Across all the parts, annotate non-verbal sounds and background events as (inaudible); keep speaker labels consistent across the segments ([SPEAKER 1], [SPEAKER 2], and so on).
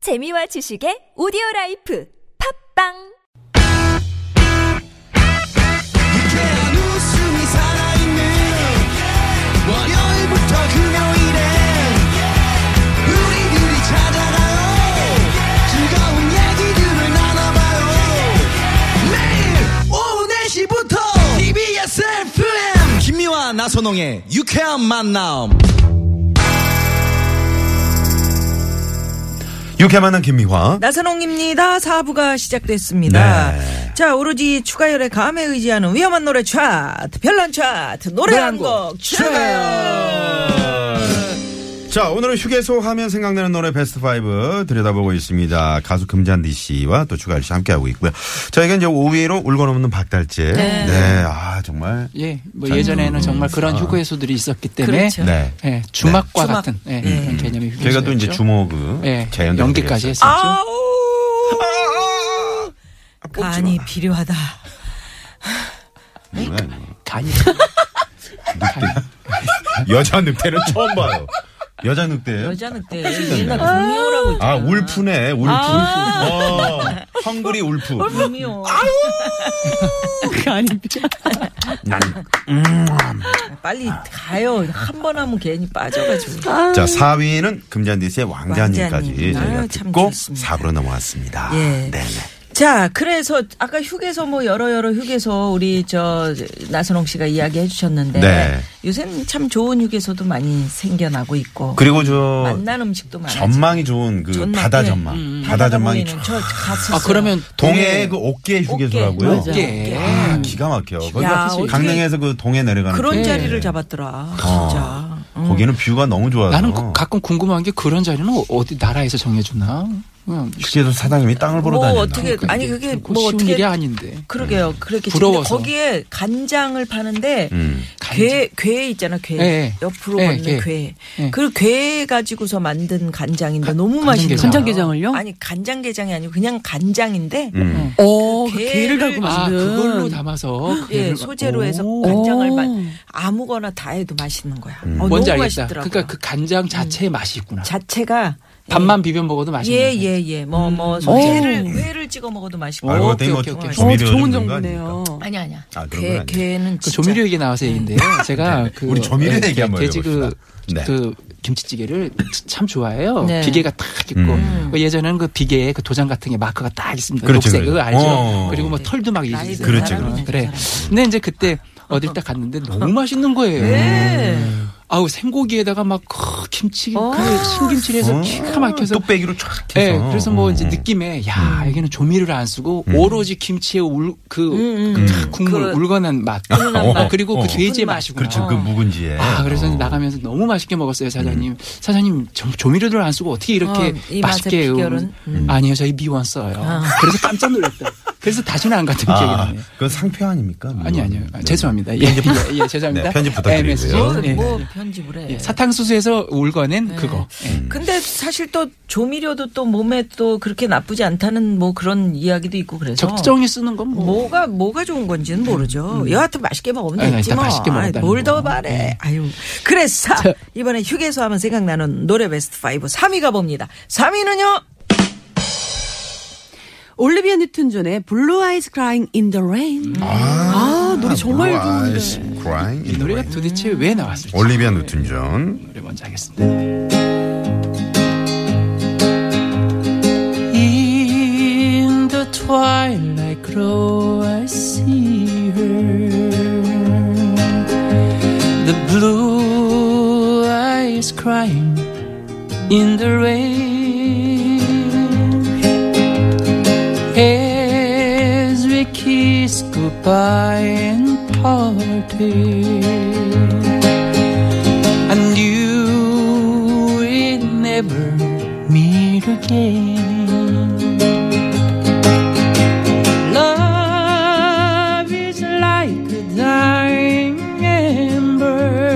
[SPEAKER 1] 재미와 지식의 오디오 라이프 팝빵!
[SPEAKER 2] 유쾌한 웃음이 살아있는 월요일부터 금요일에 우리들이 찾아가요 즐거운 얘기들을 나눠봐요 매일 오후 4시부터 TBS FM 김미와 나선홍의 유쾌한 만남
[SPEAKER 3] 유쾌 만난 김미화.
[SPEAKER 4] 나선홍입니다. 사부가 시작됐습니다.
[SPEAKER 3] 네.
[SPEAKER 4] 자, 오로지 추가열의 감에 의지하는 위험한 노래 차트, 별난 차트, 노래
[SPEAKER 3] 노래 한
[SPEAKER 4] 한곡
[SPEAKER 3] 곡
[SPEAKER 4] 추가열.
[SPEAKER 3] 자, 오늘은 휴게소 하면 생각나는 노래 베스트 5 들여다보고 있습니다. 가수 금잔디 씨와 또 추가열 씨 함께하고 있고요. 저희가 이제 5위로 울고 넘는 박달재. 네. 아, 정말.
[SPEAKER 5] 예, 뭐 예전에는 정말 그런 휴게소들이 있었기 때문에
[SPEAKER 4] 그렇죠.
[SPEAKER 3] 네.
[SPEAKER 5] 예, 주막과
[SPEAKER 4] 주막.
[SPEAKER 5] 같은 예, 그런 개념이 휴게소였죠.
[SPEAKER 3] 저희가 또 음. 이제 주먹을
[SPEAKER 5] 예,
[SPEAKER 3] 재연
[SPEAKER 5] 연기까지 했었죠.
[SPEAKER 4] 아. 아우! 간이 필요하다.
[SPEAKER 5] 간이
[SPEAKER 3] 여자 늑대는 처음 봐요. 여자 늑대예요?
[SPEAKER 4] 여자 늑대. 옛날 구미호라고 있잖아.
[SPEAKER 3] 아, 울프네. 울프. 어. 헝그리 울프.
[SPEAKER 4] 구미호.
[SPEAKER 5] 간이
[SPEAKER 4] 빨리 가요. 한 번 하면 괜히 빠져가지고.
[SPEAKER 3] 자, 4위는 금잔디스의 왕자님까지
[SPEAKER 4] 왕자님.
[SPEAKER 3] 저희가
[SPEAKER 4] 아유, 참
[SPEAKER 3] 듣고
[SPEAKER 4] 좋습니다.
[SPEAKER 3] 4부로 넘어왔습니다.
[SPEAKER 4] 예.
[SPEAKER 3] 네네.
[SPEAKER 4] 자, 그래서 아까 휴게소 뭐 여러 여러 휴게소 우리 저 나선홍 씨가 이야기해 주셨는데
[SPEAKER 3] 네.
[SPEAKER 4] 요새는 참 좋은 휴게소도 많이 생겨나고 있고
[SPEAKER 3] 그리고 저
[SPEAKER 4] 만난 음식도 많아.
[SPEAKER 3] 전망이 좋은 그
[SPEAKER 4] 전망,
[SPEAKER 3] 바다
[SPEAKER 4] 네.
[SPEAKER 3] 전망. 바다 전망이 쫙.
[SPEAKER 4] 저 갔었어요.
[SPEAKER 5] 아, 그러면
[SPEAKER 3] (laughs)
[SPEAKER 5] 네.
[SPEAKER 3] 동해의 그 옥계 휴게소라고요.
[SPEAKER 4] 맞아.
[SPEAKER 5] 예.
[SPEAKER 3] 아, 기가 막혀요. 거기
[SPEAKER 4] 네. 야, 어떻게
[SPEAKER 3] 강릉에서 그 동해 내려가는 어.
[SPEAKER 4] 그런
[SPEAKER 3] 길.
[SPEAKER 4] 자리를 잡았더라. 진짜. 응.
[SPEAKER 3] 거기는 뷰가 너무 좋아서
[SPEAKER 5] 나는 그- 가끔 궁금한 게 그런 자리는 어디 나라에서 정해주나? 응.
[SPEAKER 3] 휴게소 사장님이 땅을 보러
[SPEAKER 4] 뭐
[SPEAKER 3] 다닌다.
[SPEAKER 4] 어떻게 아니 그게
[SPEAKER 5] 그거
[SPEAKER 4] 뭐
[SPEAKER 5] 쉬운
[SPEAKER 4] 어떻게
[SPEAKER 5] 일이 아닌데.
[SPEAKER 4] 그러게요. 그렇게
[SPEAKER 5] 부러워서.
[SPEAKER 4] 거기에 간장을 파는데
[SPEAKER 3] 음.
[SPEAKER 4] 괴, 괴 있잖아, 괴.
[SPEAKER 5] 예, 예.
[SPEAKER 4] 옆으로
[SPEAKER 5] 예,
[SPEAKER 4] 걷는
[SPEAKER 5] 예.
[SPEAKER 4] 괴.
[SPEAKER 5] 예.
[SPEAKER 4] 그 괴 가지고서 만든 간장인데 너무
[SPEAKER 5] 간장게장.
[SPEAKER 4] 맛있는
[SPEAKER 6] 간장게장을요?
[SPEAKER 4] 아니, 간장게장이 아니고 그냥 간장인데
[SPEAKER 3] 음.
[SPEAKER 6] 오,
[SPEAKER 4] 그
[SPEAKER 6] 그 괴를 갖고
[SPEAKER 5] 아,
[SPEAKER 6] 만든. 어,
[SPEAKER 5] 그걸로 담아서 그
[SPEAKER 4] 예,
[SPEAKER 5] 괴를-
[SPEAKER 4] 소재로 해서
[SPEAKER 5] 오.
[SPEAKER 4] 간장을
[SPEAKER 6] 오.
[SPEAKER 4] 마, 아무거나 다 해도 맛있는 거야.
[SPEAKER 3] 음.
[SPEAKER 4] 어, 너무
[SPEAKER 5] 뭔지 알겠다.
[SPEAKER 4] 맛있더라고요. 음.
[SPEAKER 5] 그러니까 그 간장 자체의 맛이 있구나.
[SPEAKER 4] 자체가
[SPEAKER 5] 밥만 비벼 먹어도 맛있는. 음.
[SPEAKER 4] 예, 예, 예. 뭐, 뭐,
[SPEAKER 6] 오.
[SPEAKER 4] 회를, 회를 찍어 먹어도 맛있고.
[SPEAKER 3] 알고
[SPEAKER 5] 오케이,
[SPEAKER 3] 봤더니 뭐
[SPEAKER 5] 오케이, 오케이.
[SPEAKER 6] 어,
[SPEAKER 3] 조미료
[SPEAKER 6] 좋은
[SPEAKER 3] 넣는 거
[SPEAKER 6] 정보네요.
[SPEAKER 3] 아닙니까?
[SPEAKER 4] 아니, 아니야.
[SPEAKER 3] 아, 그런 건
[SPEAKER 4] 괴,
[SPEAKER 3] 아니에요.
[SPEAKER 4] 괴는
[SPEAKER 5] 그
[SPEAKER 4] 진짜.
[SPEAKER 5] 조미료 얘기 나와서 얘기인데요. 제가 그
[SPEAKER 3] 네. 우리 조미료
[SPEAKER 5] 예,
[SPEAKER 3] 얘기 한번
[SPEAKER 5] 돼지 그,
[SPEAKER 3] 해봅시다. 네.
[SPEAKER 5] 그 김치찌개를 참 좋아해요.
[SPEAKER 4] 네.
[SPEAKER 5] 비계가 딱 있고
[SPEAKER 3] 음.
[SPEAKER 5] 그 예전에는 그 비계에 그 도장 같은 게 마크가 딱 있습니다.
[SPEAKER 3] 그렇죠,
[SPEAKER 5] 녹색
[SPEAKER 3] 그렇죠.
[SPEAKER 5] 그거 알죠.
[SPEAKER 3] 어.
[SPEAKER 5] 그리고 뭐 털도 막
[SPEAKER 4] 나이
[SPEAKER 5] 있어요.
[SPEAKER 4] 드는
[SPEAKER 3] 그렇죠, 네.
[SPEAKER 4] 사람이
[SPEAKER 5] 그래.
[SPEAKER 4] 진짜
[SPEAKER 5] 근데 이제 그때 어딜 딱 갔는데 너무 맛있는 거예요.
[SPEAKER 4] 네.
[SPEAKER 5] 아우 생고기에다가 막 그 김치
[SPEAKER 4] 어.
[SPEAKER 5] 그 신김치를 해서 기가 막혀서
[SPEAKER 3] 어? 뚝배기로 촥 해서.
[SPEAKER 5] 예, 그래서 뭐 이제
[SPEAKER 3] 음.
[SPEAKER 5] 느낌에 야 여기는 조미료를 안 쓰고 오로지 김치의 울 그 국물
[SPEAKER 4] 음, 그
[SPEAKER 5] 울건한 맛,
[SPEAKER 3] 울건한 맛.
[SPEAKER 5] 아, 그리고
[SPEAKER 3] 음. 어.
[SPEAKER 5] 그 돼지의
[SPEAKER 4] 깊은 맛.
[SPEAKER 5] 맛이구나.
[SPEAKER 3] 그렇죠. 그 묵은지에.
[SPEAKER 5] 아 그래서
[SPEAKER 3] 어. 음.
[SPEAKER 5] 나가면서 너무 맛있게 먹었어요 사장님. 사장님 조, 조미료를 안 쓰고 어떻게 이렇게
[SPEAKER 4] 어, 이
[SPEAKER 5] 맛있게
[SPEAKER 4] 맛의 비결은?
[SPEAKER 5] 음. 아니요 저희 미원 써요. 그래서 깜짝 놀랐다. 그래서 다시는 안 갔던 기억이
[SPEAKER 3] 아,
[SPEAKER 5] 나네요.
[SPEAKER 3] 그건 상표 아닙니까?
[SPEAKER 5] 아니 아니요 아,
[SPEAKER 3] 네.
[SPEAKER 5] 죄송합니다. 예, 예, 예, 죄송합니다.
[SPEAKER 3] 네, 편집 부탁드리고요.
[SPEAKER 5] MSG.
[SPEAKER 4] 뭐, 네.
[SPEAKER 5] 예,
[SPEAKER 4] 뭐
[SPEAKER 5] 예.
[SPEAKER 4] 편집을 해.
[SPEAKER 5] 예, 사탕수수에서 울거는 그거. 예.
[SPEAKER 4] 근데 사실 또 조미료도 또 몸에 또 그렇게 나쁘지 않다는 뭐 그런 이야기도 있고 그래서
[SPEAKER 5] 적정히 음, 쓰는 건 뭐.
[SPEAKER 4] 뭐가 뭐가 좋은 건지는 모르죠. 여하튼 맛있게 먹으면
[SPEAKER 5] 아,
[SPEAKER 4] 됐지
[SPEAKER 5] 일단
[SPEAKER 4] 뭐.
[SPEAKER 5] 맛있게 먹었다는 음.
[SPEAKER 4] 뭘더
[SPEAKER 5] 거.
[SPEAKER 4] 말해. 아유. 그래서 이번에 휴게소 하면 생각나는 노래 베스트 5 3위 가봅니다. 3위는요.
[SPEAKER 6] 올리비아 뉴튼 존의 Blue Eyes Crying in the
[SPEAKER 3] 음.
[SPEAKER 6] Rain. 아, 노래 정말 좋은데.
[SPEAKER 3] 좋은데.
[SPEAKER 5] 이 노래가 도대체 왜 나왔을지.
[SPEAKER 3] 올리비아 뉴튼 존.
[SPEAKER 5] 노래 먼저 하겠습니다. In the twilight glow I see her The blue eyes crying in the rain As we kiss goodbye and parted I knew we'd never meet again. Love is like a dying ember,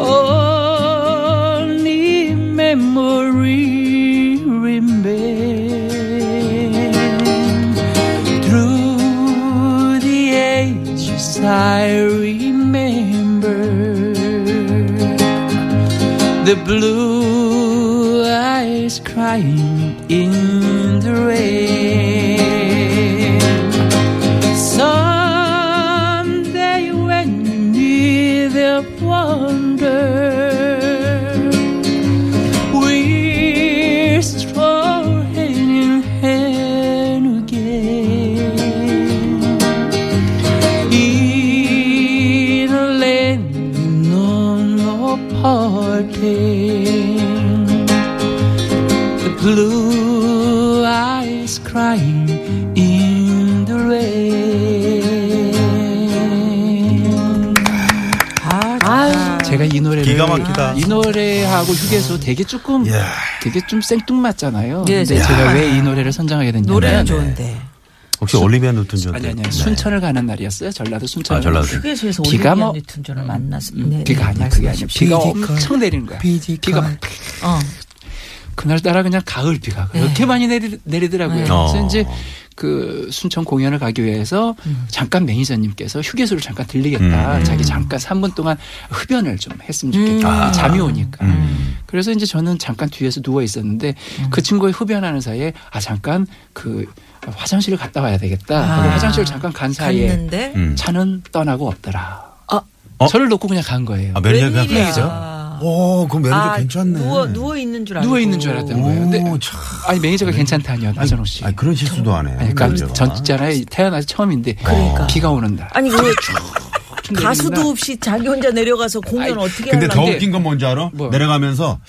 [SPEAKER 5] only memory remains. Through the ages I remember the blue eyes. is crying in the rain. Someday when you need the wonder, we're strong hand in hand again. In a land no parting, the blue eyes crying in the rain.
[SPEAKER 4] 아,
[SPEAKER 5] 아, 제가 이 노래를
[SPEAKER 3] 기가 막히다.
[SPEAKER 5] 이 노래하고 휴게소 되게 조금
[SPEAKER 3] 예.
[SPEAKER 5] 되게 좀 생뚱맞잖아요.
[SPEAKER 4] 예,
[SPEAKER 5] 근데
[SPEAKER 4] 네.
[SPEAKER 5] 제가 왜 이 노래를 선정하게 됐냐면
[SPEAKER 4] 노래는 좋은데.
[SPEAKER 3] 혹시 올리비아 뉴튼 존?
[SPEAKER 5] 아니 아니 순천을 가는 날이었어요. 전라도 순천.
[SPEAKER 3] 아, 전라도.
[SPEAKER 4] 휴게소에서
[SPEAKER 5] 네. 비가
[SPEAKER 4] 올리비아
[SPEAKER 5] 뭐- 음,
[SPEAKER 4] 뉴튼존을 만났어. 네,
[SPEAKER 5] 비가
[SPEAKER 4] 네,
[SPEAKER 5] 아니야 그게 아니야.
[SPEAKER 4] 말씀하십시오.
[SPEAKER 5] 비가
[SPEAKER 4] 비지컬.
[SPEAKER 5] 엄청 음, 내리는 거야. 비가 막
[SPEAKER 4] 어.
[SPEAKER 5] 그날따라 그냥 가을 비가
[SPEAKER 4] 네.
[SPEAKER 5] 그렇게 많이 내리, 내리더라고요.
[SPEAKER 3] 어.
[SPEAKER 5] 그래서 이제 그 순천 공연을 가기 위해서
[SPEAKER 4] 음.
[SPEAKER 5] 잠깐 매니저님께서 휴게소를
[SPEAKER 3] 음,
[SPEAKER 5] 잠깐 들리겠다. 자기 잠깐 3분 동안 흡연을 좀 했으면
[SPEAKER 3] 음.
[SPEAKER 5] 좋겠다.
[SPEAKER 3] 아.
[SPEAKER 5] 잠이 오니까. 그래서 이제 저는 잠깐 뒤에서 누워 있었는데
[SPEAKER 4] 음.
[SPEAKER 5] 그 친구의 흡연하는 사이에 아 잠깐 그 화장실을 갔다 와야 되겠다. 하고
[SPEAKER 4] 아.
[SPEAKER 5] 화장실 을 잠깐 간 사이에
[SPEAKER 4] 갔는데
[SPEAKER 3] 음.
[SPEAKER 5] 차는 떠나고 없더라.
[SPEAKER 4] 아,
[SPEAKER 3] 어?
[SPEAKER 5] 저를 놓고 그냥 간 거예요.
[SPEAKER 3] 아, 매니저 그냥
[SPEAKER 4] 웬일이야.
[SPEAKER 3] 가시죠? 오, 그 매니저
[SPEAKER 4] 아,
[SPEAKER 3] 괜찮네.
[SPEAKER 4] 누워 누워 있는 줄 알고.
[SPEAKER 5] 누워 있는 줄 알았던 거예요. 근데
[SPEAKER 3] 오, 참.
[SPEAKER 5] 아니 매니저가 괜찮다니요 나선호 씨.
[SPEAKER 3] 아니, 그런 실수도 안 해요.
[SPEAKER 5] 아니, 그러니까
[SPEAKER 3] 매니저가.
[SPEAKER 5] 전 있잖아요 태어나서 처음인데
[SPEAKER 4] 그러니까.
[SPEAKER 5] 비가 오는 날.
[SPEAKER 4] 아니 그
[SPEAKER 5] 쭉 내리는 날.
[SPEAKER 4] 가수도 없이 자기 혼자 내려가서 공연
[SPEAKER 5] 아이,
[SPEAKER 4] 어떻게
[SPEAKER 3] 근데 더
[SPEAKER 4] 하려고?
[SPEAKER 3] 웃긴 건 뭔지 알아?
[SPEAKER 5] 뭐요?
[SPEAKER 3] 내려가면서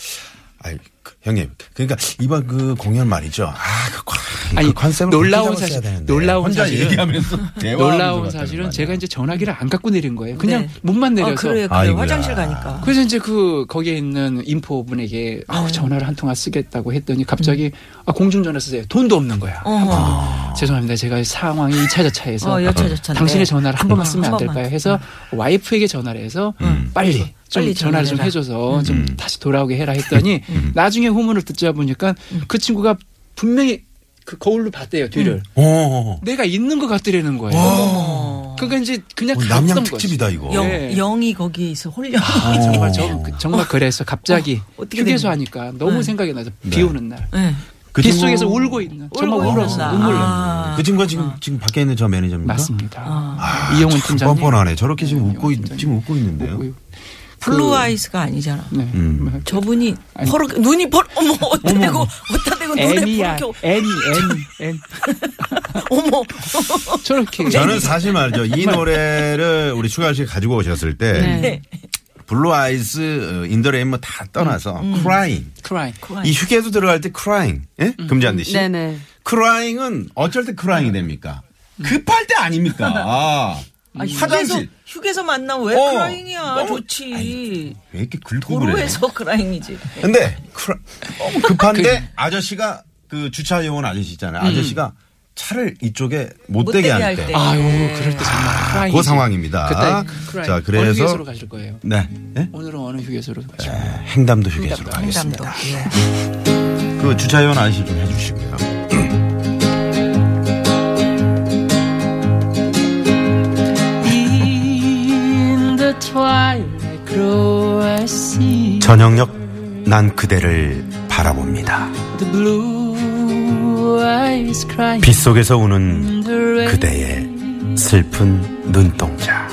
[SPEAKER 3] 아이 그, 형님 그러니까 이번 그 공연 말이죠. 아그
[SPEAKER 5] 아니,
[SPEAKER 3] 컨셉을
[SPEAKER 5] 놀라운
[SPEAKER 3] 혼자 써야
[SPEAKER 5] 사실-
[SPEAKER 3] 되는데.
[SPEAKER 5] 놀라운
[SPEAKER 3] 혼자
[SPEAKER 5] 사실은- (laughs)
[SPEAKER 3] 얘기하면서 대화하면서
[SPEAKER 5] 놀라운
[SPEAKER 3] 갔다는 거
[SPEAKER 5] 사실은
[SPEAKER 3] 아니야?
[SPEAKER 5] 제가 이제 전화기를 안 갖고 내린 거예요. 그냥
[SPEAKER 4] 네.
[SPEAKER 5] 몸만
[SPEAKER 4] 아,
[SPEAKER 5] 내려서.
[SPEAKER 4] 그래, 그래.
[SPEAKER 3] 아이고야.
[SPEAKER 4] 화장실 가니까.
[SPEAKER 5] 그래서 이제 그 거기에 있는 인포분에게
[SPEAKER 4] 네.
[SPEAKER 5] 아우 전화를 한 통화 쓰겠다고 했더니 갑자기 아, 공중전화 쓰세요. 돈도 없는 거야.
[SPEAKER 4] 음.
[SPEAKER 5] 아,
[SPEAKER 4] 어허.
[SPEAKER 5] 죄송합니다. 제가 상황이 2차 저차에서
[SPEAKER 4] 어, 여차 저차인데. 음.
[SPEAKER 5] 당신의 전화를 한 번만 쓰면
[SPEAKER 4] 한
[SPEAKER 5] 안
[SPEAKER 4] 번만. 음.
[SPEAKER 5] 될까요? 해서 와이프에게 전화를 해서 음. 빨리 좀
[SPEAKER 4] 빨리
[SPEAKER 5] 전화를 좀
[SPEAKER 4] 전화해라. 음.
[SPEAKER 5] 해줘서 좀 다시 돌아오게 해라 했더니 나중에 후문을 듣자 보니까
[SPEAKER 4] 음.
[SPEAKER 5] 그 친구가 분명히 그 거울로 봤대요 뒤를
[SPEAKER 3] 오,
[SPEAKER 5] 내가 있는 것 같더라는 거예요. 그러니까 이제 그냥
[SPEAKER 3] 오,
[SPEAKER 5] 갔던
[SPEAKER 3] 어, 남양
[SPEAKER 5] 거지.
[SPEAKER 3] 특집이다 이거.
[SPEAKER 4] 영,
[SPEAKER 5] 네.
[SPEAKER 4] 영이 거기에 있어 홀려.
[SPEAKER 5] 아, 정말 저, 그- 정말 그래서 갑자기
[SPEAKER 4] 어, 어떻게 네.
[SPEAKER 5] 휴게소
[SPEAKER 4] 된
[SPEAKER 5] 하니까 너무 생각이 나서 비 오는 날.
[SPEAKER 4] (laughs) 네.
[SPEAKER 3] 그
[SPEAKER 5] 빗
[SPEAKER 3] 친구-
[SPEAKER 5] 속에서 울고 있는 정말
[SPEAKER 4] 울고
[SPEAKER 5] 울었어
[SPEAKER 4] 있는
[SPEAKER 5] 눈물
[SPEAKER 4] 날.
[SPEAKER 5] 나
[SPEAKER 4] 아.
[SPEAKER 3] 그 친구가 지금 지금 밖에 있는 저 매니저입니까?
[SPEAKER 5] 맞습니다 이용훈
[SPEAKER 3] 아, 참
[SPEAKER 5] 팀장님
[SPEAKER 3] 뻔뻔하네. 저렇게 지금
[SPEAKER 5] 네,
[SPEAKER 3] 웃고 있-
[SPEAKER 5] 팀장님.
[SPEAKER 3] 지금 웃고 있는데요.
[SPEAKER 5] 웃고요.
[SPEAKER 4] 블루 아이스가 아니잖아.
[SPEAKER 5] 그 네.
[SPEAKER 3] 음.
[SPEAKER 4] 저분이 퍼렇게 눈이 퍼 어머 어따 대고 어따 대고 눈에
[SPEAKER 5] 네. 애니야
[SPEAKER 4] 퍼렇게
[SPEAKER 5] 애니 애니 애니 (laughs)
[SPEAKER 4] 어머
[SPEAKER 5] 저렇게
[SPEAKER 3] 저는 사실 말이죠. 이 노래를 우리 추가 씨 가지고 오셨을 때
[SPEAKER 4] 네.
[SPEAKER 3] 블루 아이스 인더레인 뭐 다 떠나서 crying
[SPEAKER 5] 크라이
[SPEAKER 3] 이 휴게소 들어갈 때 crying 예? 금잔디 씨
[SPEAKER 6] 네네.
[SPEAKER 3] 크라잉은 어쩔 때 크라잉이 됩니까? 급할 때 아닙니까? 아,
[SPEAKER 4] 아, 휴게소
[SPEAKER 3] 화장실
[SPEAKER 4] 휴게소 만나면 왜
[SPEAKER 3] 어,
[SPEAKER 4] 크라잉이야
[SPEAKER 3] 너무-
[SPEAKER 4] 좋지
[SPEAKER 3] 왜 이렇게 긁고 그래?
[SPEAKER 4] 도로에서 크라잉이지
[SPEAKER 3] 근데 크라... 너무 급한데 아저씨가 그 주차 요원 아저씨 있잖아요. 아저씨가 차를 이쪽에 못
[SPEAKER 4] 못
[SPEAKER 3] 대게
[SPEAKER 4] 대게
[SPEAKER 3] 할
[SPEAKER 4] 할
[SPEAKER 3] 때.
[SPEAKER 4] 때.
[SPEAKER 5] 아유 그럴 때 정말 크라이
[SPEAKER 3] 그 상황입니다.
[SPEAKER 5] 그때 크라이
[SPEAKER 3] 자,
[SPEAKER 5] 자
[SPEAKER 3] 그래서-
[SPEAKER 5] 그래서 어느 휴게소로 가실 거예요
[SPEAKER 3] 네. 예?
[SPEAKER 5] 오늘은 어느 휴게소로 가실
[SPEAKER 3] 네.
[SPEAKER 5] 거예요
[SPEAKER 3] 행담도 휴게소로 가겠습니다.
[SPEAKER 4] 감독 예.
[SPEAKER 3] 그 주차 요원 아저씨 좀 해주시고요.
[SPEAKER 5] In the twilight glow I see
[SPEAKER 3] 저녁역 난 그대를 바라봅니다.
[SPEAKER 5] the blue eyes crying
[SPEAKER 3] 빗속에서 우는
[SPEAKER 5] the rain
[SPEAKER 3] 그대의 슬픈 눈동자.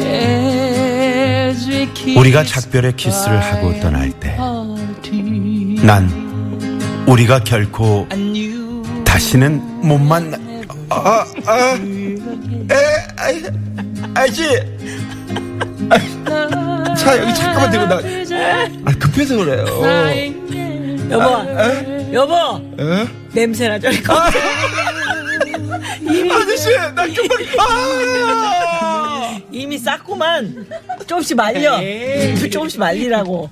[SPEAKER 5] as we kiss
[SPEAKER 3] 우리가 작별의 키스를 하고 떠날 때 난 우리가 결코 다시는 못 만나. 아, 아, 에, 아이, 아이씨. 아, 차 여기 잠깐만 대고 나. 아, 급해서 그래요.
[SPEAKER 4] 여보 여보
[SPEAKER 3] 아, 에? 아,
[SPEAKER 4] 냄새 나죠 이거
[SPEAKER 3] 아저씨, 나 정말. 아!
[SPEAKER 4] 이미 쌌구만 조금씩 말려 (laughs) 조금씩 말리라고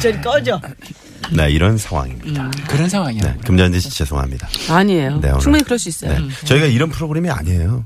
[SPEAKER 4] 저리 꺼져
[SPEAKER 3] 네, 이런 상황입니다.
[SPEAKER 5] 그런 상황이야
[SPEAKER 3] 네, 금잔디 씨 죄송합니다.
[SPEAKER 6] 아니에요.
[SPEAKER 3] 네, 오늘-
[SPEAKER 6] 충분히 그럴 수 있어요.
[SPEAKER 3] 네, 저희가 이런 프로그램이 아니에요.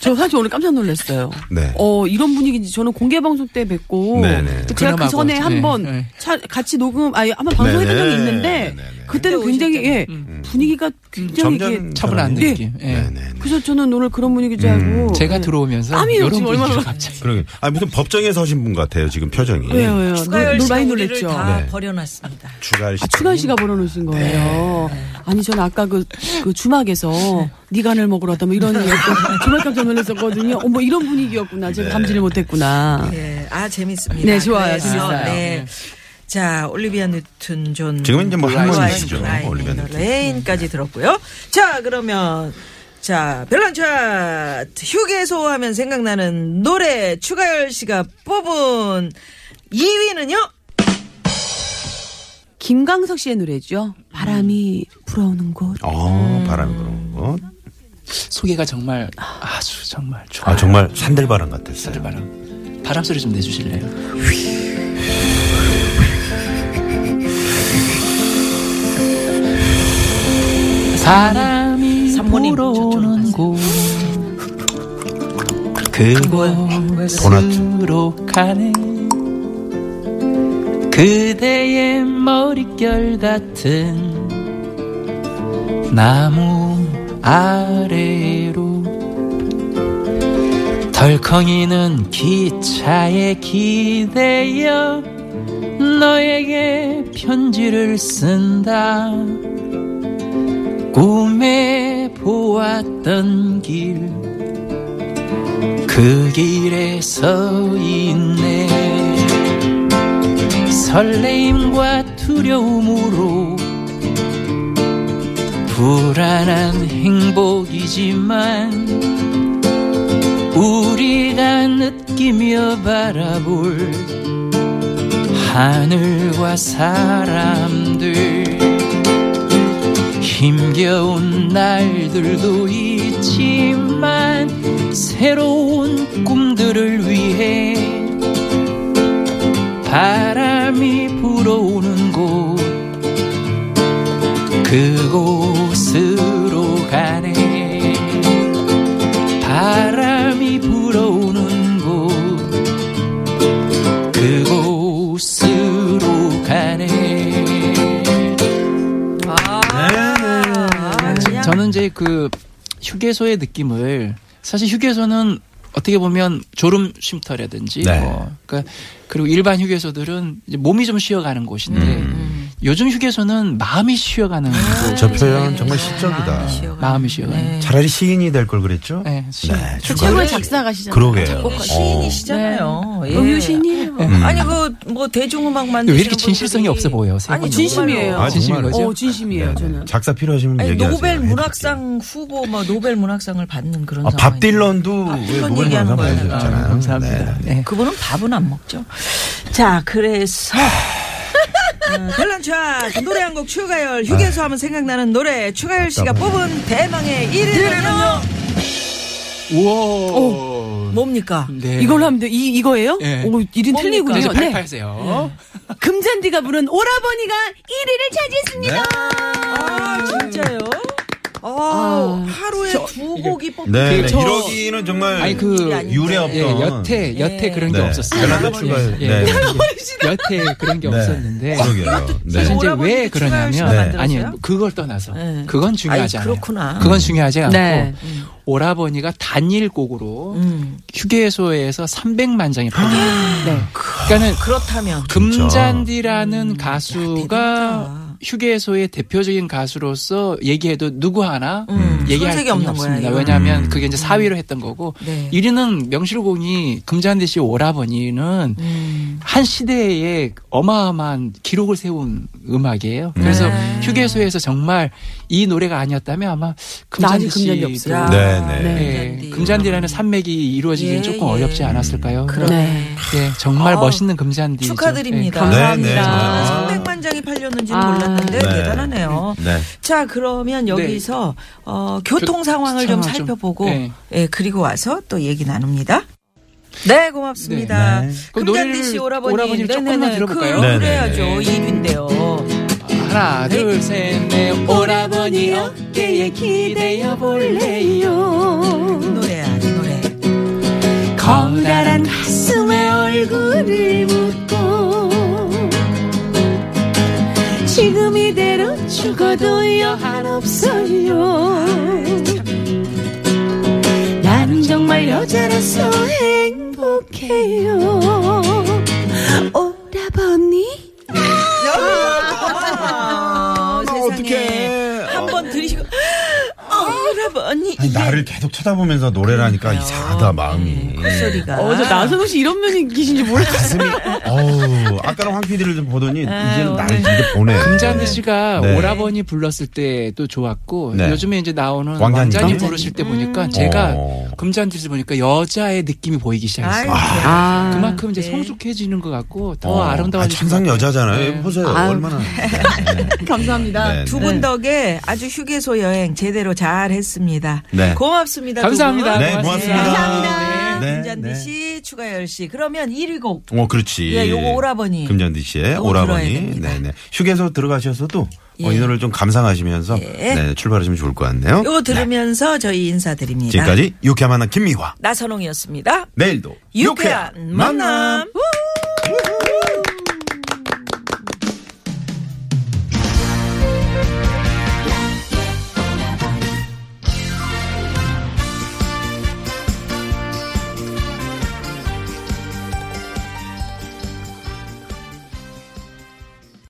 [SPEAKER 6] 저 사실 오늘 깜짝 놀랐어요.
[SPEAKER 3] 네.
[SPEAKER 6] 어, 이런 분위기인지 저는 공개 방송 때 뵙고
[SPEAKER 3] 네네.
[SPEAKER 6] 제가 그
[SPEAKER 5] 그나마
[SPEAKER 6] 전에
[SPEAKER 5] 뭐, 네,
[SPEAKER 6] 한번
[SPEAKER 5] 네.
[SPEAKER 6] 같이 녹음 아니 한번 방송했던
[SPEAKER 3] 네네.
[SPEAKER 6] 적이 있는데
[SPEAKER 3] 네네네.
[SPEAKER 6] 그때는 굉장히 예, 분위기가 굉장히 이게
[SPEAKER 3] 점잖은 사람이-
[SPEAKER 5] 차분한 느낌. 예.
[SPEAKER 3] 네, 네, 네.
[SPEAKER 6] 그래서 저는 오늘 그런 분위기인 줄 알고
[SPEAKER 5] 제가 들어오면서
[SPEAKER 6] 땀이
[SPEAKER 5] 이런
[SPEAKER 6] 지금
[SPEAKER 5] 분위기가
[SPEAKER 6] 얼마나-
[SPEAKER 5] 갑자기
[SPEAKER 3] 그러게. 아, 무슨 법정에 서신 분 같아요, 지금 표정이.
[SPEAKER 6] 왜요 왜요?
[SPEAKER 4] 추가열
[SPEAKER 6] 놀 네. 많이
[SPEAKER 4] 씨가 우리를
[SPEAKER 6] 놀랬죠.
[SPEAKER 4] 다
[SPEAKER 3] 네.
[SPEAKER 4] 버려놨습니다
[SPEAKER 3] 주갈 씨.
[SPEAKER 6] 아, 추가 씨가 보내놓으신 거예요.
[SPEAKER 4] 네.
[SPEAKER 6] 아니, 저는 아까 그, 그 주막에서 니간을 먹으러 왔다 뭐 이런 얘기 (laughs) 정말 깜짝 놀랐었거든요. 어머, 뭐 이런 분위기였구나. 제가
[SPEAKER 3] 네.
[SPEAKER 6] 감지를 못했구나.
[SPEAKER 4] 예, 아 재밌습니다.
[SPEAKER 6] 네, 좋아요.
[SPEAKER 4] 그래서,
[SPEAKER 6] 재밌어요.
[SPEAKER 4] 네. 자, 올리비아 뉴튼 존.
[SPEAKER 3] 지금 이제 뭐
[SPEAKER 4] 라인,
[SPEAKER 3] 할머니시죠,
[SPEAKER 4] 라인,
[SPEAKER 3] 올리비아 뉴튼.
[SPEAKER 4] 레인까지 들었고요. 자, 그러면 자, 별난 차트 휴게소 하면 생각나는 노래 추가열 씨가 뽑은 2위는요?
[SPEAKER 6] 김광석 씨의 노래죠. 바람이 불어오는 곳.
[SPEAKER 3] 어, 바람이 그런 거.
[SPEAKER 5] 소개가 정말 아주 정말 좋아요.
[SPEAKER 3] 아, 정말 산들바람 같았어요.
[SPEAKER 5] 들 바람. 바람 소리 좀 내주실래요? 사람이
[SPEAKER 4] 산모님, 저쪽으로
[SPEAKER 5] 불어오는
[SPEAKER 4] 가세요.
[SPEAKER 5] 곳 그곳으로 가네 그대의 머릿결 같은 나무 아래로 덜컹이는 기차에 기대어 너에게 편지를 쓴다 꿈에 보았던 길 그 길에 서 있네 설레임과 두려움으로 불안한 행복이지만 우리가 느끼며 바라볼 하늘과 사람들 힘겨운 날들도 있지만 새로운 꿈들을 위해 바람이 불어오는 곳 그곳으로 가네 바람이 불어오는 곳 그곳으로 가네
[SPEAKER 4] 아,
[SPEAKER 3] 네.
[SPEAKER 4] 그냥
[SPEAKER 5] 저는 이제 그 휴게소의 느낌을 사실 휴게소는 어떻게 보면 졸음 쉼터라든지
[SPEAKER 3] 네.
[SPEAKER 5] 뭐 그러니까 그리고 일반 휴게소들은 이제 몸이 좀 쉬어가는 곳인데
[SPEAKER 3] 음.
[SPEAKER 5] 요즘 휴게소는 마음이 쉬어가는 곳.
[SPEAKER 3] 아, 저 표현 정말 시적이다.
[SPEAKER 5] 마음이 쉬어가는. 곳.
[SPEAKER 3] 차라리 시인이 될 걸 그랬죠?
[SPEAKER 5] 네, 시인.
[SPEAKER 3] 주갈.
[SPEAKER 6] 최고의 작사가시잖아요.
[SPEAKER 3] 그러게요. 어.
[SPEAKER 5] 어.
[SPEAKER 4] 뭐 시인이시잖아요.
[SPEAKER 5] 네,
[SPEAKER 4] 예.
[SPEAKER 6] 어, 음유신이에요.
[SPEAKER 4] 아니 그 뭐 대중음악 만드시는
[SPEAKER 5] 왜 이렇게 진실성이 없어 보여? 세
[SPEAKER 4] 아니
[SPEAKER 5] 분이.
[SPEAKER 6] 진심이에요.
[SPEAKER 3] 아, 네.
[SPEAKER 5] 진심인
[SPEAKER 3] 정말로?
[SPEAKER 5] 거죠?
[SPEAKER 6] 어, 진심이에요, 저는.
[SPEAKER 3] 작사 필요하시면
[SPEAKER 4] 아니,
[SPEAKER 3] 얘기하세요.
[SPEAKER 4] 노벨
[SPEAKER 3] 해드릴게요.
[SPEAKER 4] 문학상 후보 뭐 노벨 문학상을 받는 그런
[SPEAKER 3] 아,
[SPEAKER 4] 상황.
[SPEAKER 3] 밥 딜런도
[SPEAKER 4] 밥
[SPEAKER 3] 왜
[SPEAKER 4] 딜런
[SPEAKER 3] 노벨
[SPEAKER 4] 얘기하는
[SPEAKER 3] 문학상
[SPEAKER 4] 거예요.
[SPEAKER 3] 받으셨잖아요.
[SPEAKER 5] 아, 감사합니다. 네.
[SPEAKER 4] 그분은 밥은 안 먹죠. 자, 그래서 어, 별난 차트 노래 한 곡 추가열 휴게소 하면 생각나는 노래 추가열 씨가 뽑은 대망의 1위는요.
[SPEAKER 5] 우와.
[SPEAKER 4] 뭡니까?
[SPEAKER 5] 네.
[SPEAKER 6] 이걸로 하면 돼. 이, 이거예요?
[SPEAKER 5] 네.
[SPEAKER 6] 오, 1인
[SPEAKER 5] 이제
[SPEAKER 6] 틀리군요. 네.
[SPEAKER 5] 발표하세요.
[SPEAKER 6] 금잔디가 부른 오라버니가 1위를
[SPEAKER 3] 네.
[SPEAKER 6] 차지했습니다.
[SPEAKER 4] 아, 진짜요? 아, 하루에 두 곡이 뽑힌
[SPEAKER 3] 네, 네.
[SPEAKER 5] 저-
[SPEAKER 3] 이러기는 정말
[SPEAKER 5] 아니 그
[SPEAKER 4] 아닌데.
[SPEAKER 3] 유례 없던
[SPEAKER 5] 예, 여태 여태 그런 게
[SPEAKER 3] 네.
[SPEAKER 5] 없었어요.
[SPEAKER 3] 별난 거 추가요.
[SPEAKER 5] 예,
[SPEAKER 3] 네.
[SPEAKER 5] 예. 여태 그런 게
[SPEAKER 3] 네.
[SPEAKER 5] 없었는데
[SPEAKER 3] 그러게요.
[SPEAKER 5] 사실
[SPEAKER 3] 네.
[SPEAKER 5] 이제
[SPEAKER 4] 오라버니
[SPEAKER 5] 왜
[SPEAKER 4] 추가열
[SPEAKER 5] 그러냐면
[SPEAKER 4] 시간
[SPEAKER 3] 네.
[SPEAKER 4] 만들었어요?
[SPEAKER 5] 아니 그걸 떠나서
[SPEAKER 4] 네.
[SPEAKER 5] 그건 중요하지
[SPEAKER 4] 아이,
[SPEAKER 5] 않아요.
[SPEAKER 4] 그렇구나.
[SPEAKER 5] 그건 중요하지 않고 음.
[SPEAKER 6] 네.
[SPEAKER 5] 오라버니가 단일곡으로
[SPEAKER 4] 음. 아,
[SPEAKER 5] 휴게소에서 300만 장이 팔렸어요. 네. 그러니까는
[SPEAKER 4] 그렇다면
[SPEAKER 5] 금잔디라는
[SPEAKER 4] 음,
[SPEAKER 5] 가수가 휴게소의 대표적인 가수로서 얘기해도 누구 하나
[SPEAKER 4] 음,
[SPEAKER 5] 얘기할
[SPEAKER 4] 손색이
[SPEAKER 5] 게
[SPEAKER 4] 없는
[SPEAKER 5] 없습니다.
[SPEAKER 4] 거야, 이거는. 음.
[SPEAKER 5] 왜냐하면 그게 이제 4위로 했던 거고
[SPEAKER 4] 네.
[SPEAKER 5] 1위는 명실공히 금잔디 씨 오라버니는
[SPEAKER 4] 음.
[SPEAKER 5] 한 시대에 어마어마한 기록을 세운 음악이에요. 그래서 휴게소에서 정말 이 노래가 아니었다면 아마 금잔디
[SPEAKER 6] 아직
[SPEAKER 5] 씨
[SPEAKER 6] 금잔디 없어요.
[SPEAKER 4] 야,
[SPEAKER 3] 네, 네.
[SPEAKER 5] 예,
[SPEAKER 4] 금잔디.
[SPEAKER 5] 금잔디라는 산맥이 이루어지기는
[SPEAKER 4] 예,
[SPEAKER 5] 조금
[SPEAKER 4] 예.
[SPEAKER 5] 어렵지 않았을까요?
[SPEAKER 6] 네.
[SPEAKER 5] 예, 정말
[SPEAKER 4] 아,
[SPEAKER 5] 멋있는 금잔디
[SPEAKER 4] 축하드립니다.
[SPEAKER 3] 네, 네,
[SPEAKER 4] 아,
[SPEAKER 3] 감사합니다.
[SPEAKER 4] 300만 장이 팔렸는지는
[SPEAKER 6] 아.
[SPEAKER 4] 몰랐는데
[SPEAKER 3] 네.
[SPEAKER 4] 대단하네요.
[SPEAKER 3] 네.
[SPEAKER 4] 자 그러면 여기서 어, 교통
[SPEAKER 5] 네. 교-
[SPEAKER 4] 상황을 좀
[SPEAKER 5] 상황 좀,
[SPEAKER 4] 살펴보고
[SPEAKER 5] 네.
[SPEAKER 4] 예, 그리고 와서 또 얘기 나눕니다. 네 고맙습니다.
[SPEAKER 3] 네. 네.
[SPEAKER 5] 그
[SPEAKER 4] 금잔디
[SPEAKER 5] 노래를
[SPEAKER 4] 씨 오라버니
[SPEAKER 5] 오라버니를
[SPEAKER 4] 네네네.
[SPEAKER 5] 조금만 들어볼까요?
[SPEAKER 4] 그,
[SPEAKER 3] 네네.
[SPEAKER 4] 그래야죠. 2인데요
[SPEAKER 5] 예, 하나,
[SPEAKER 4] 네.
[SPEAKER 5] 둘, 셋, 넷. 오라버니 어깨에 기대어 볼래요.
[SPEAKER 4] 이 노래야 이 노래.
[SPEAKER 5] 커다란
[SPEAKER 6] 가슴에 얼굴을 묻고 지금 이대로 죽어도 여한 없어요 나는 정말 여자라서 행복해요 오라버니
[SPEAKER 4] 야! 아, 여러분.
[SPEAKER 3] 아니, 나를 계속 쳐다보면서 노래를 하니까 이상하다 마음이.
[SPEAKER 4] 네, 그 소리가.
[SPEAKER 6] 어저 나선호 씨 이런 분이신지 몰랐어요.
[SPEAKER 3] 가슴이 어우 (laughs) 아까는 황 PD를 좀 보더니
[SPEAKER 4] 아,
[SPEAKER 3] 이제는 나를 이제 보네.
[SPEAKER 5] 금잔디 씨가
[SPEAKER 3] 네.
[SPEAKER 5] 오라버니 불렀을 때도 좋았고
[SPEAKER 3] 네.
[SPEAKER 5] 요즘에 이제 나오는
[SPEAKER 3] 왕자님?
[SPEAKER 5] 왕자님, 음. 부르실 때 보니까 제가
[SPEAKER 3] 어.
[SPEAKER 5] 금잔디 씨 보니까 여자의 느낌이 보이기 시작했어요.
[SPEAKER 4] 아이고.
[SPEAKER 6] 아,
[SPEAKER 5] 그만큼 이제 성숙해지는 것 같고 더
[SPEAKER 3] 어. 아,
[SPEAKER 5] 아름다워지는
[SPEAKER 3] 천상
[SPEAKER 5] 것 같아요. 네.
[SPEAKER 3] 여자잖아요. 보세요
[SPEAKER 6] 아유.
[SPEAKER 4] (laughs)
[SPEAKER 3] 얼마나. 네.
[SPEAKER 6] (laughs) 감사합니다.
[SPEAKER 3] 네,
[SPEAKER 4] 아, 두
[SPEAKER 3] 네.
[SPEAKER 4] 분 덕에 아주 휴게소 여행 제대로 잘 했습니다.
[SPEAKER 3] 네.
[SPEAKER 4] 고맙습니다.
[SPEAKER 5] 감사합니다.
[SPEAKER 4] 두 분.
[SPEAKER 3] 네, 고맙습니다.
[SPEAKER 4] 감사합니다.
[SPEAKER 3] 네,
[SPEAKER 4] 김잔디
[SPEAKER 3] 네.
[SPEAKER 4] 씨, 추가열 씨. 그러면 1위 곡.
[SPEAKER 3] 어, 그렇지.
[SPEAKER 4] 예, 요거 오라버니.
[SPEAKER 3] 금잔디 씨의
[SPEAKER 4] 요거 들어야
[SPEAKER 3] 오라버니.
[SPEAKER 4] 됩니다.
[SPEAKER 3] 네네. 휴게소 들어가셔서도 어, 이
[SPEAKER 4] 예.
[SPEAKER 3] 노래를 좀 감상하시면서
[SPEAKER 4] 예.
[SPEAKER 3] 네, 출발하시면 좋을 것 같네요.
[SPEAKER 4] 요거 들으면서 저희 인사드립니다.
[SPEAKER 3] 지금까지 유쾌한 만남 김미화.
[SPEAKER 4] 나선홍이었습니다.
[SPEAKER 3] 내일도
[SPEAKER 4] 유쾌한 만남. 우!